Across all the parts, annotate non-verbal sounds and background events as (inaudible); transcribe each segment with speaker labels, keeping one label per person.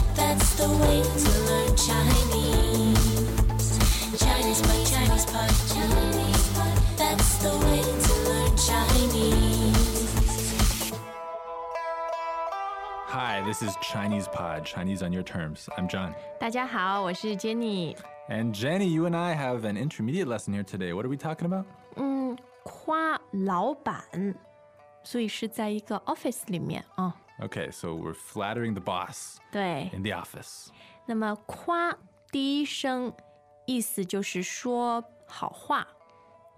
Speaker 1: a way to learn Chinese. Chinese pot, Chinese pot, Chinese pot. That's the way to learn Chinese.
Speaker 2: Hi, this is Chinese Pod, Chinese on your terms. I'm John.
Speaker 3: 大家好，我是 Jenny。
Speaker 2: And Jenny, you and I have an intermediate lesson here today. What are we talking about?
Speaker 3: 嗯，夸老板，所以是在一个 office 里面啊、
Speaker 2: Okay, so we're flattering the boss
Speaker 3: 对，
Speaker 2: in the office.
Speaker 3: 那么夸第一声意思就是说好话。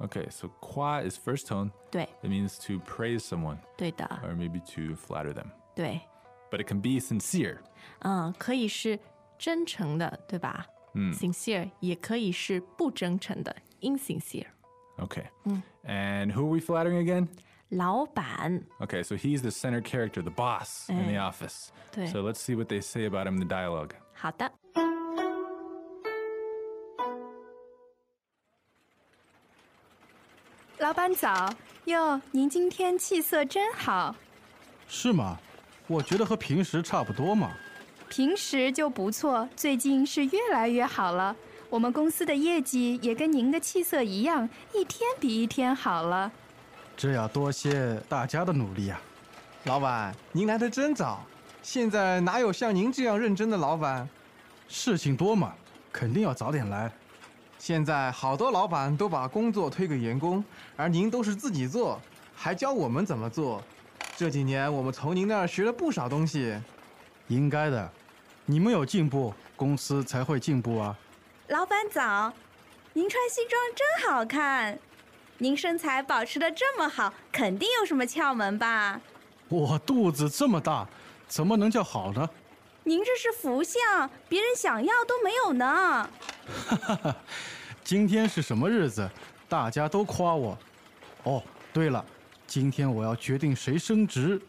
Speaker 2: Okay, so kwa is first tone.
Speaker 3: 对，
Speaker 2: It means to praise someone
Speaker 3: 对的，
Speaker 2: or maybe to flatter them.
Speaker 3: 对，
Speaker 2: But it can be sincere.
Speaker 3: 嗯，可以是真诚的，对吧？嗯，sincere 也可以是不真诚的，insincere。
Speaker 2: Okay. And who are we flattering again?
Speaker 3: 老板，
Speaker 2: Okay, so he's the center character, the boss in the office.
Speaker 3: 对
Speaker 2: So let's see what they say about him in the dialogue.
Speaker 3: 好的，
Speaker 4: 老板早哟，您今天气色真好，
Speaker 5: 是吗？我觉得和平时差不多嘛。
Speaker 4: 平时就不错，最近是越来越好了。我们公司的业绩也跟您的气色一样，一天比一天好了。
Speaker 5: 这要多谢大家的努力啊呀、
Speaker 6: 老板，您来的真早。现在哪有像您这样认真的老板？
Speaker 5: 事情多嘛，肯定要早点来。
Speaker 6: 现在好多老板都把工作推给员工，而您都是自己做，还教我们怎么做。这几年我们从您那儿学了不少东西。
Speaker 5: 应该的，你们有进步，公司才会进步啊。
Speaker 7: 老板早，您穿西装真好看，您身材保持的这么好，肯定有什么窍门吧？
Speaker 5: 我肚子这么大，怎么能叫好呢？
Speaker 7: 您这是福相，别人想要都没有呢。
Speaker 5: 今天是什么日子？大家都夸我。哦，对了，今天我要决定谁升职。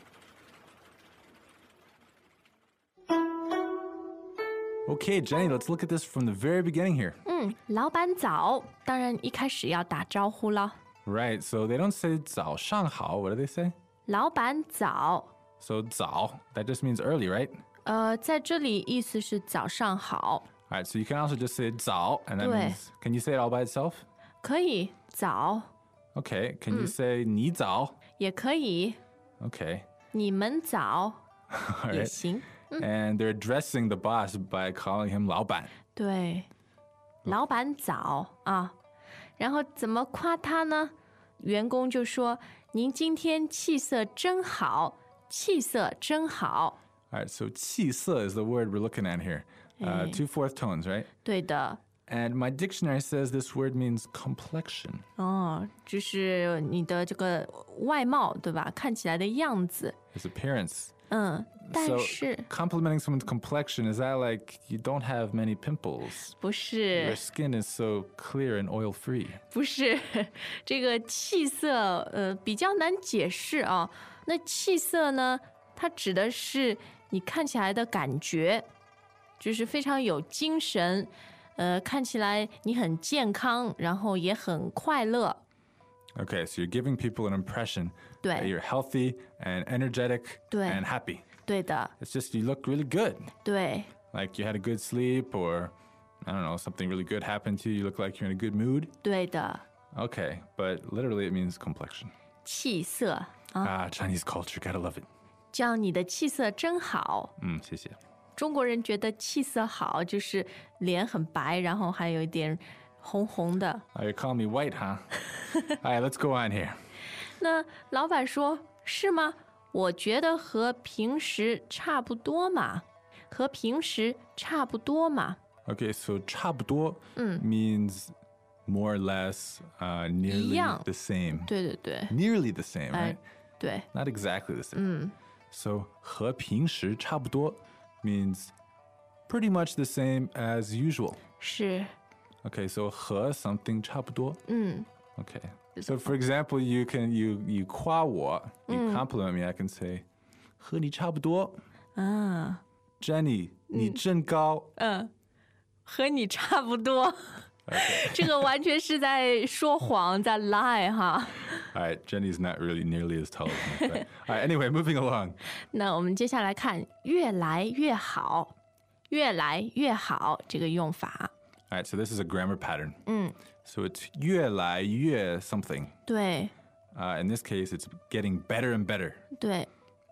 Speaker 2: Okay, Jenny, let's look at this from the very beginning here.
Speaker 3: 嗯，老板早，当然一开始要打招呼了。
Speaker 2: Right, so they don't say 早上好. What do they say?
Speaker 3: 老板早，
Speaker 2: So 早, that just means early, right?
Speaker 3: 呃，在这里意思是早上好，
Speaker 2: All right, so you can also just say 早, and that
Speaker 3: 对。
Speaker 2: means can you say it all by itself?
Speaker 3: 可以早，
Speaker 2: Okay, can you say 你早?
Speaker 3: 也可以
Speaker 2: Okay, (laughs)
Speaker 3: 你们早
Speaker 2: all
Speaker 3: 也
Speaker 2: right.
Speaker 3: 行。
Speaker 2: And they're addressing the boss by calling him 老板.
Speaker 3: 对，老板早啊。然后怎么夸他呢？员工就说：“您今天气色真好，气色真好。
Speaker 2: All right, so 气色 is the word we're looking at here. Uh,
Speaker 3: Hey.
Speaker 2: two fourth tones, right? ”
Speaker 3: 对的，
Speaker 2: And my dictionary says this word means complexion.
Speaker 3: 哦，就是你的这个外貌对吧？看起来的样子，
Speaker 2: His appearance.
Speaker 3: 嗯，但
Speaker 2: so
Speaker 3: 是
Speaker 2: complimenting someone's complexion is that like you don't have many pimples?
Speaker 3: 不
Speaker 2: Your
Speaker 3: 是
Speaker 2: skin is so clear and oil free.
Speaker 3: 不是这个气色，呃，比较难解释啊。那气色呢，它指的是你看起来的感觉，就是非常有精神，呃，看起来你很健康，然后也很快乐。
Speaker 2: Okay, so you're giving people an impression that
Speaker 3: 对
Speaker 2: you're healthy and energetic
Speaker 3: 对。
Speaker 2: and happy.
Speaker 3: 对的，
Speaker 2: It's just you look really good.
Speaker 3: 对
Speaker 2: Like you had a good sleep or I don't know, something really good happened to you. You look like you're in a good mood.
Speaker 3: 对的，
Speaker 2: Okay, but literally it means complexion.
Speaker 3: 气色啊，
Speaker 2: Ah, Chinese culture, gotta love it.
Speaker 3: 这样你的气色真好。
Speaker 2: Mm, 谢谢.
Speaker 3: 中国人觉得气色好就是脸很白，然后还有一点红红的。
Speaker 2: Oh, you're calling me white, (laughs) huh? All right, let's go on here.
Speaker 3: 那老板说：“是吗？我觉得和平时差不多嘛，和平时差不多嘛，
Speaker 2: Okay, so 差不多 means more or less, uh, nearly
Speaker 3: 一样。
Speaker 2: the same.
Speaker 3: 对对对，
Speaker 2: Nearly the same,
Speaker 3: 哎
Speaker 2: right?，
Speaker 3: 对
Speaker 2: Not exactly the same. So 和平时差不多 means pretty much the same as usual.
Speaker 3: 是，
Speaker 2: Okay, so 和 something 差不多.
Speaker 3: 嗯，
Speaker 2: Okay. So for example, you can you you 夸我, you compliment me, I can say 和你差不多.
Speaker 3: 啊，
Speaker 2: Jenny, 你真高.
Speaker 3: 嗯，和你差不多。这个完全是在说谎，在 lie 哈。
Speaker 2: All right, Jenny's not really nearly as tall as me. But... All right, anyway, moving along.
Speaker 3: 那我们接下来看，越来越好，越来越好这个用法。
Speaker 2: All right, so this is a grammar pattern.
Speaker 3: 嗯，
Speaker 2: So it's 越来越 something.
Speaker 3: 对
Speaker 2: Uh, in this case, it's getting better and better.
Speaker 3: 对，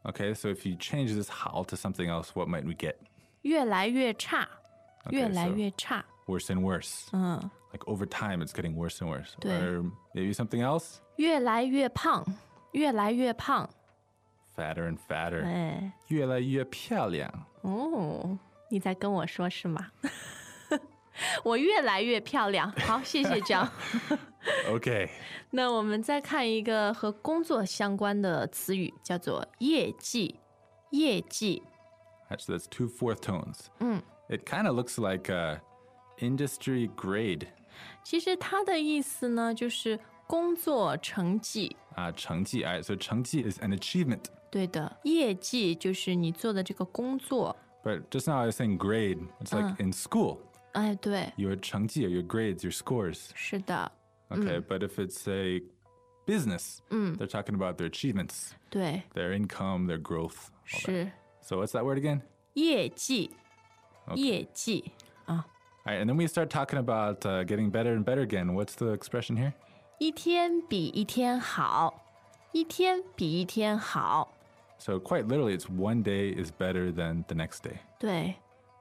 Speaker 2: Okay, so if you change this 好 to something else, what might we get?
Speaker 3: 越来越差，
Speaker 2: Okay,
Speaker 3: 越来
Speaker 2: so
Speaker 3: 越差。
Speaker 2: worse and worse.
Speaker 3: 嗯，
Speaker 2: Like over time, it's getting worse and worse.
Speaker 3: 对
Speaker 2: Or maybe something else?
Speaker 3: 越来越胖，越来越胖。
Speaker 2: Fatter and fatter.
Speaker 3: 哎，
Speaker 2: 越来越漂亮。
Speaker 3: 哦，你在跟我说是吗？ (laughs) 我越来越漂亮。好，谢谢张。
Speaker 2: Okay.
Speaker 3: 那我们再看一个和工作相关的词语，叫做业绩。业绩，
Speaker 2: Alright, So that's two fourth tones.
Speaker 3: 嗯，
Speaker 2: It kind of looks like uh, industry grade.
Speaker 3: 其实它的意思呢，就是工作成绩。
Speaker 2: Uh, 成绩. All right, so 成绩 is an achievement.
Speaker 3: 对的，业绩就是你做的这个工作。
Speaker 2: But just now I was saying grade. It's like in school,
Speaker 3: 哎，对，
Speaker 2: your 成绩 or your grades, your scores.
Speaker 3: 是的，
Speaker 2: Okay, but if it's a business,
Speaker 3: 嗯，
Speaker 2: they're talking about their achievements,
Speaker 3: 对，
Speaker 2: their income, their growth. all that.
Speaker 3: 是
Speaker 2: So what's that word again?
Speaker 3: 业绩，业绩，
Speaker 2: All right, and then we start talking about uh, getting better and better again. What's the expression here?
Speaker 3: 一天比一天好，一天比一天好。
Speaker 2: So quite literally, it's one day is better than the next day.
Speaker 3: 对，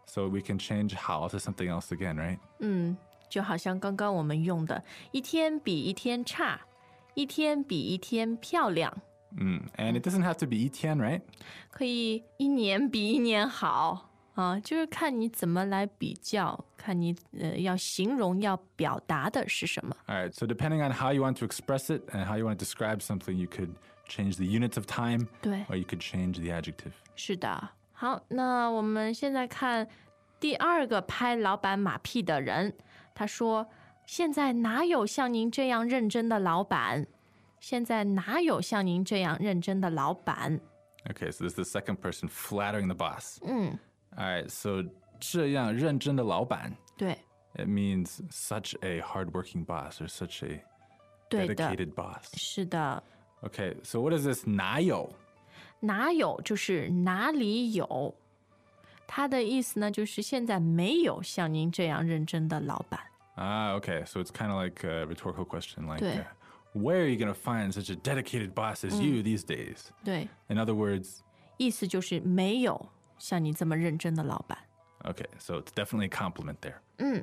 Speaker 2: So we can change how to something else again, right?
Speaker 3: 嗯，就好像刚刚我们用的，一天比一天差，一天比一天漂亮，
Speaker 2: Mm. And it doesn't have to be 一天, right?
Speaker 3: 可以一年比一年好啊，就是看你怎么来比较，看你呃要形容要表达的是什么。
Speaker 2: All right. So depending on how you want to express it and how you want to describe something, you could change the units of time
Speaker 3: 对
Speaker 2: or you could change the adjective.
Speaker 3: 是的，好，那我们现在看第二个拍老板马屁的人，他说：“现在哪有像您这样认真的老板？现在哪有像您这样认真的老板？”
Speaker 2: Okay. So this is the second person flattering the boss.
Speaker 3: 嗯，
Speaker 2: All right. So 这样认真的老板,
Speaker 3: 对，
Speaker 2: it means such a hardworking boss or such a
Speaker 3: 对的，
Speaker 2: dedicated boss.
Speaker 3: 是的，
Speaker 2: Okay. So what is this 哪有?
Speaker 3: 哪有就是哪里有。他的意思呢，就是现在没有像您这样认真的老板。
Speaker 2: Ah, okay. So it's kind of like a rhetorical question, like,
Speaker 3: 对。Mm.
Speaker 2: uh, where are you going to find such a dedicated boss as you these days?
Speaker 3: 对，
Speaker 2: In other words,
Speaker 3: 意思就是没有像你这么认真的老板。
Speaker 2: okay, so it's definitely a compliment there.
Speaker 3: 嗯，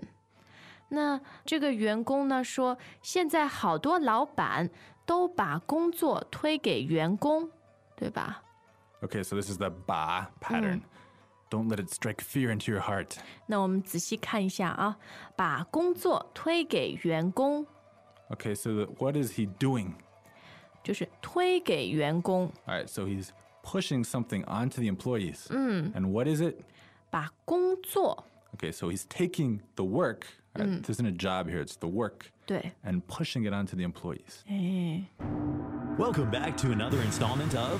Speaker 3: 那这个员工呢说，现在好多老板都把工作推给员工，对吧？
Speaker 2: Okay, so this is the ba pattern.
Speaker 3: Mm.
Speaker 2: Don't let it strike fear into your heart.
Speaker 3: 那我们仔细看一下啊，把工作推给员工，
Speaker 2: Okay, so the, what is he doing?
Speaker 3: 就是推给员工，
Speaker 2: All right, so he's pushing something onto the employees. And what is it?
Speaker 3: 把工作
Speaker 2: Okay, so he's taking the work. all right, This isn't a job here, it's the work.
Speaker 3: 对，
Speaker 2: And pushing it onto the employees.
Speaker 3: 哎，
Speaker 8: Welcome back to another installment of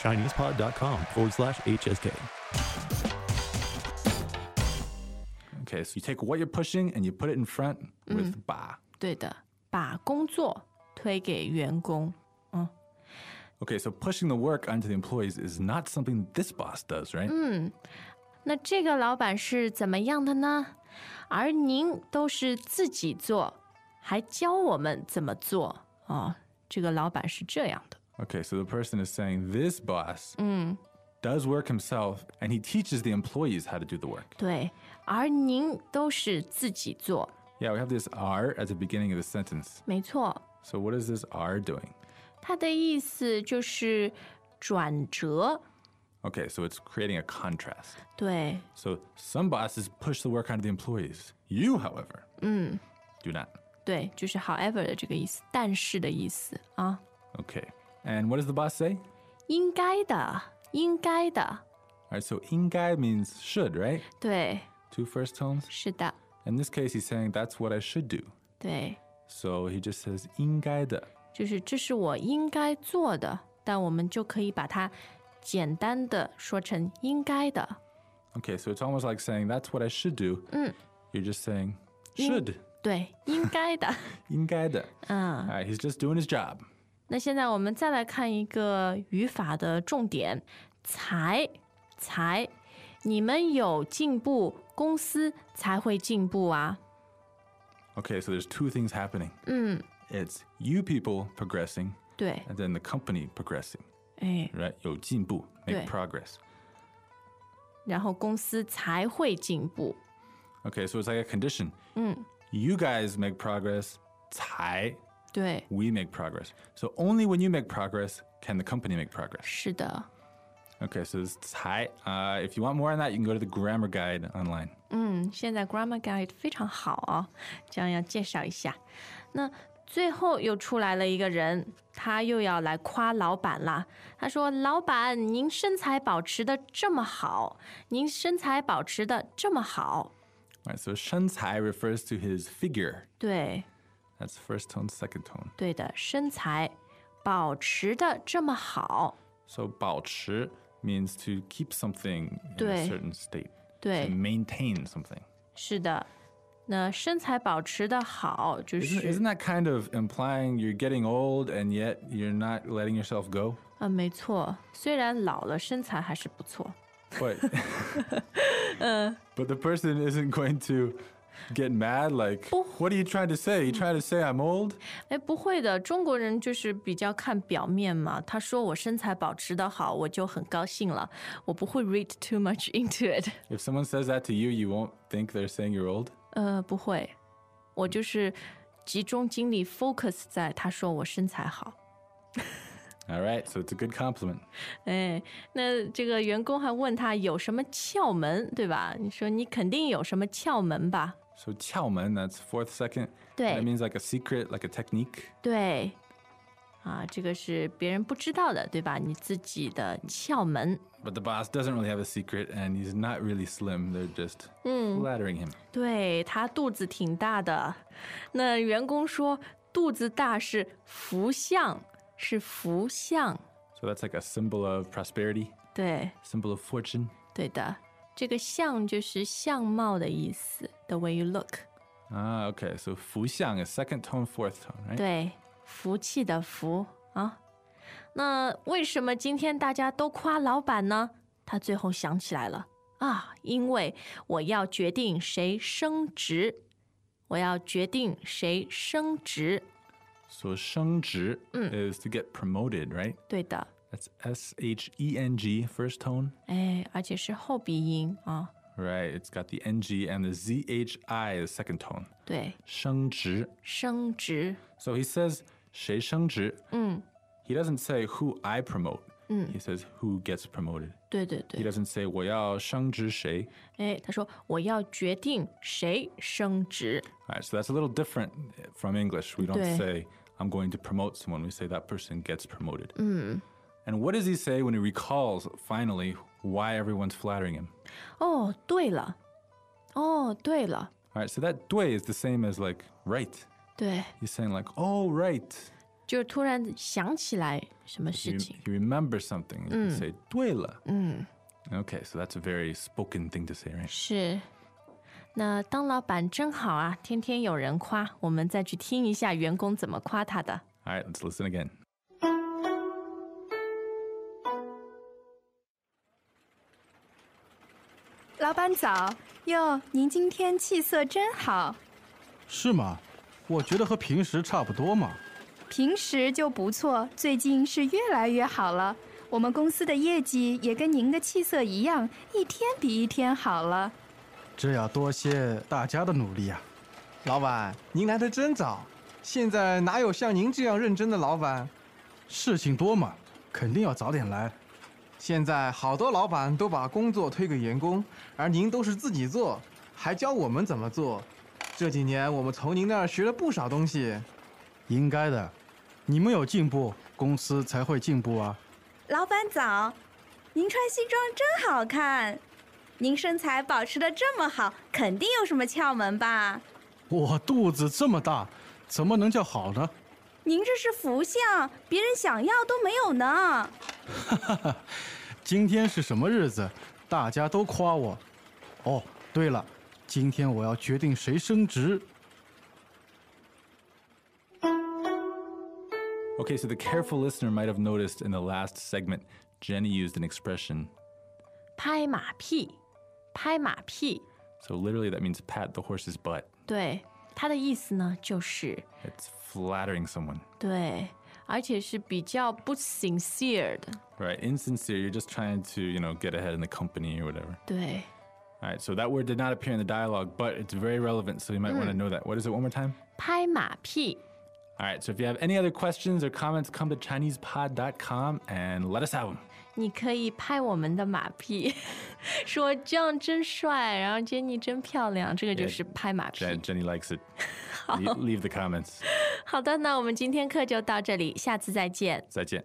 Speaker 8: ChinesePod.com forward slash HSK.
Speaker 2: Okay, so you take what you're pushing and you put it in front with ba.
Speaker 3: 对的，把工作推给员工，
Speaker 2: Okay, so pushing the work onto the employees is not something this boss does, right?
Speaker 3: 那这个老板是怎么样的呢？而您都是自己做，还教我们怎么做啊、哦？这个老板是这样的，
Speaker 2: Okay, so the person is saying this boss does work himself and he teaches the employees how to do the work.
Speaker 3: 对，而您都是自己做，
Speaker 2: Yeah, we have this R at the beginning of the sentence.
Speaker 3: 没错。
Speaker 2: So what is this R doing?
Speaker 3: 它的意思就是转折，
Speaker 2: Okay, so it's creating a contrast.
Speaker 3: 对
Speaker 2: So some bosses push the work onto the employees. You, however, do not.
Speaker 3: 对，就是 however 的这个意思，但是的意思啊，
Speaker 2: Okay. And what does the boss say?
Speaker 3: 应该的，应该的，
Speaker 2: All All right, so 应该 means should, right?
Speaker 3: 对，
Speaker 2: Two first tones.
Speaker 3: 是的，
Speaker 2: In this case, he's saying that's what I should do.
Speaker 3: 对，
Speaker 2: So he just says 应该的.
Speaker 3: 就是这是我应该做的，但我们就可以把它简单的说成应该的，
Speaker 2: Okay, so it's almost like saying that's what I should do. You're just saying should.
Speaker 3: 对，应该的。 (laughs)
Speaker 2: 应该的. All right, he's just doing his job.
Speaker 3: 那现在我们再来看一个语法的重点，才才，你们有进步，公司才会进步啊。
Speaker 2: Okay, so there's two things happening. It's you people progressing
Speaker 3: 对，
Speaker 2: and then the company progressing,
Speaker 3: 哎，
Speaker 2: right? 有进步, make
Speaker 3: 对。
Speaker 2: progress.
Speaker 3: 然后公司才会进步。
Speaker 2: Okay, so it's like a condition.
Speaker 3: Mm.
Speaker 2: You guys make progress, 才
Speaker 3: 对，
Speaker 2: we make progress. So only when you make progress can the company make progress.
Speaker 3: 是的，
Speaker 2: Okay, so this 才, uh, if you want more on that, you can go to the grammar guide online.
Speaker 3: 嗯，现在 Grammar Guide 非常好啊、这样要介绍一下。那最后又出来了一个人，他又要来夸老板啦。他说：“老板，您身材保持的这么好，您身材保持的这么好。
Speaker 2: All right, so 身材 refers to his figure. ”
Speaker 3: 对，
Speaker 2: That's first tone, second tone.
Speaker 3: 对的，身材保持的这么好。
Speaker 2: So 保持 means to keep something in a
Speaker 3: 对。
Speaker 2: certain state, to
Speaker 3: 对，
Speaker 2: maintain something.
Speaker 3: 是的。那身材保持的好，就
Speaker 2: Isn't,
Speaker 3: 是
Speaker 2: isn't that kind of implying you're getting old and yet you're not letting yourself go?
Speaker 3: 啊，没错，虽然老了，身材还是不错。
Speaker 2: But but the person isn't going to get mad. Like, what are you trying to say? You trying to say I'm old?
Speaker 3: 哎，不会的，中国人就是比较看表面嘛。他说我身材保持的好，我就很高兴了。我不会 read too much into it。 (laughs)
Speaker 2: If someone says that to you, you won't think they're saying you're old.
Speaker 3: 呃，不会，我就是集中精力 focus 在他说我身材好。
Speaker 2: All right, so it's a good compliment.
Speaker 3: 哎，那这个员工还问他有什么窍门，对吧？你说你肯定有什么窍门吧？
Speaker 2: So 窍门, that's fourth second.
Speaker 3: 对
Speaker 2: That means like a secret, like a technique.
Speaker 3: 对，啊，这个是别人不知道的，对吧？你自己的窍门。
Speaker 2: But the boss doesn't really have a secret, and he's not really slim. They're just flattering him.
Speaker 3: 对他肚子挺大的，那员工说肚子大是福相，是福相。
Speaker 2: So that's like a symbol of prosperity,
Speaker 3: 对，
Speaker 2: symbol of fortune.
Speaker 3: 对的，这个相就是相貌的意思，the way you look。
Speaker 2: Ah, okay. So 福相 is second tone, fourth tone, right?
Speaker 3: 对，福气的福啊。那为什么今天大家都夸老板呢？他最后想起来了啊，因为我要决定谁升职，我要决定谁升职。
Speaker 2: So 升职 is to get promoted, right?
Speaker 3: 对的，
Speaker 2: That's S H E N G, first tone.
Speaker 3: 哎，而且是后鼻音啊。
Speaker 2: Right. It's got the N G and the Z H I is second tone.
Speaker 3: 对，
Speaker 2: 升职.
Speaker 3: 升职，
Speaker 2: So he says 谁升职. He doesn't say who I promote. He says who gets promoted.
Speaker 3: 对对
Speaker 2: He
Speaker 3: 对。
Speaker 2: doesn't say 我要升职谁.
Speaker 3: 哎，他说我要决定谁升职。
Speaker 2: All right, so that's a little different from English. We don't
Speaker 3: 对。
Speaker 2: say I'm going to promote someone. We say that person gets promoted. And what does he say when he recalls finally why everyone's flattering him?
Speaker 3: 哦，对了，哦，对了，
Speaker 2: All right, so that dui is the same as like right.
Speaker 3: 对，
Speaker 2: He's saying like, "Oh, right."
Speaker 3: 就突然想起来什么
Speaker 2: He,
Speaker 3: 事情。
Speaker 2: he remembers something. You can say duela. Okay, so that's a very spoken thing to say, right?
Speaker 3: 是，那当老板真好啊，天天有人夸。我们再去听一下员工怎么夸他的。
Speaker 2: All right, let's listen again.
Speaker 4: 老板早哟，您今天气色真好，
Speaker 5: 是吗？我觉得和平时差不多嘛。
Speaker 4: 平时就不错，最近是越来越好了。我们公司的业绩也跟您的气色一样，一天比一天好了。
Speaker 5: 这要多谢大家的努力啊！
Speaker 6: 老板，您来的真早，现在哪有像您这样认真的老板？
Speaker 5: 事情多嘛，肯定要早点来。
Speaker 6: 现在好多老板都把工作推给员工，而您都是自己做，还教我们怎么做。这几年我们从您那儿学了不少东西。
Speaker 5: 应该的，你们有进步，公司才会进步啊。
Speaker 7: 老板早，您穿西装真好看，您身材保持的这么好，肯定有什么窍门吧？
Speaker 5: 我肚子这么大，怎么能叫好呢？
Speaker 7: 您这是福相，别人想要都没有呢。
Speaker 5: (laughs) 今天是什么日子？大家都夸我。哦，对了，今天我要决定谁升职。
Speaker 2: Okay, so the careful listener might have noticed in the last segment, Jenny used an expression.
Speaker 3: 拍马屁，拍马屁，
Speaker 2: So literally, that means pat the horse's butt.
Speaker 3: 对，它的意思呢就是。
Speaker 2: It's flattering someone,
Speaker 3: 对，而且是比较不 sincere 的。
Speaker 2: right? Insincere, you're just trying to, you know, get ahead in the company or whatever.
Speaker 3: 对，
Speaker 2: All right, so that word did not appear in the dialogue, but it's very relevant, so you might want to know that. What is it one more time?
Speaker 3: 拍马屁。
Speaker 2: All right, so if you have any other questions or comments, come to ChinesePod.com and let us have them.
Speaker 3: 你可以拍我们的马屁， (laughs) 说这样真帅，然后 Jenny 真漂亮，这个就是拍马屁。
Speaker 2: Jen, Jenny likes it. Le- leave the comments.
Speaker 3: 好的，那我们今天课就到这里，下次再见。
Speaker 2: 再见.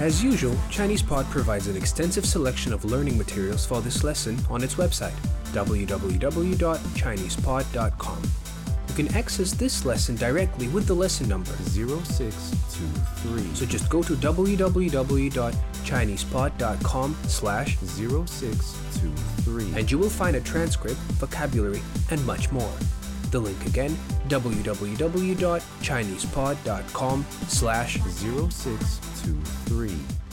Speaker 9: As usual, ChinesePod provides an extensive selection of learning materials for this lesson on its website, www.chinesepod.com. You can access this lesson directly with the lesson number,
Speaker 10: 0623
Speaker 9: so just go to www.chinesepod.com slash
Speaker 10: 0623
Speaker 9: and you will find a transcript, vocabulary, and much more. The link again, www.chinesepod.com slash
Speaker 10: 0623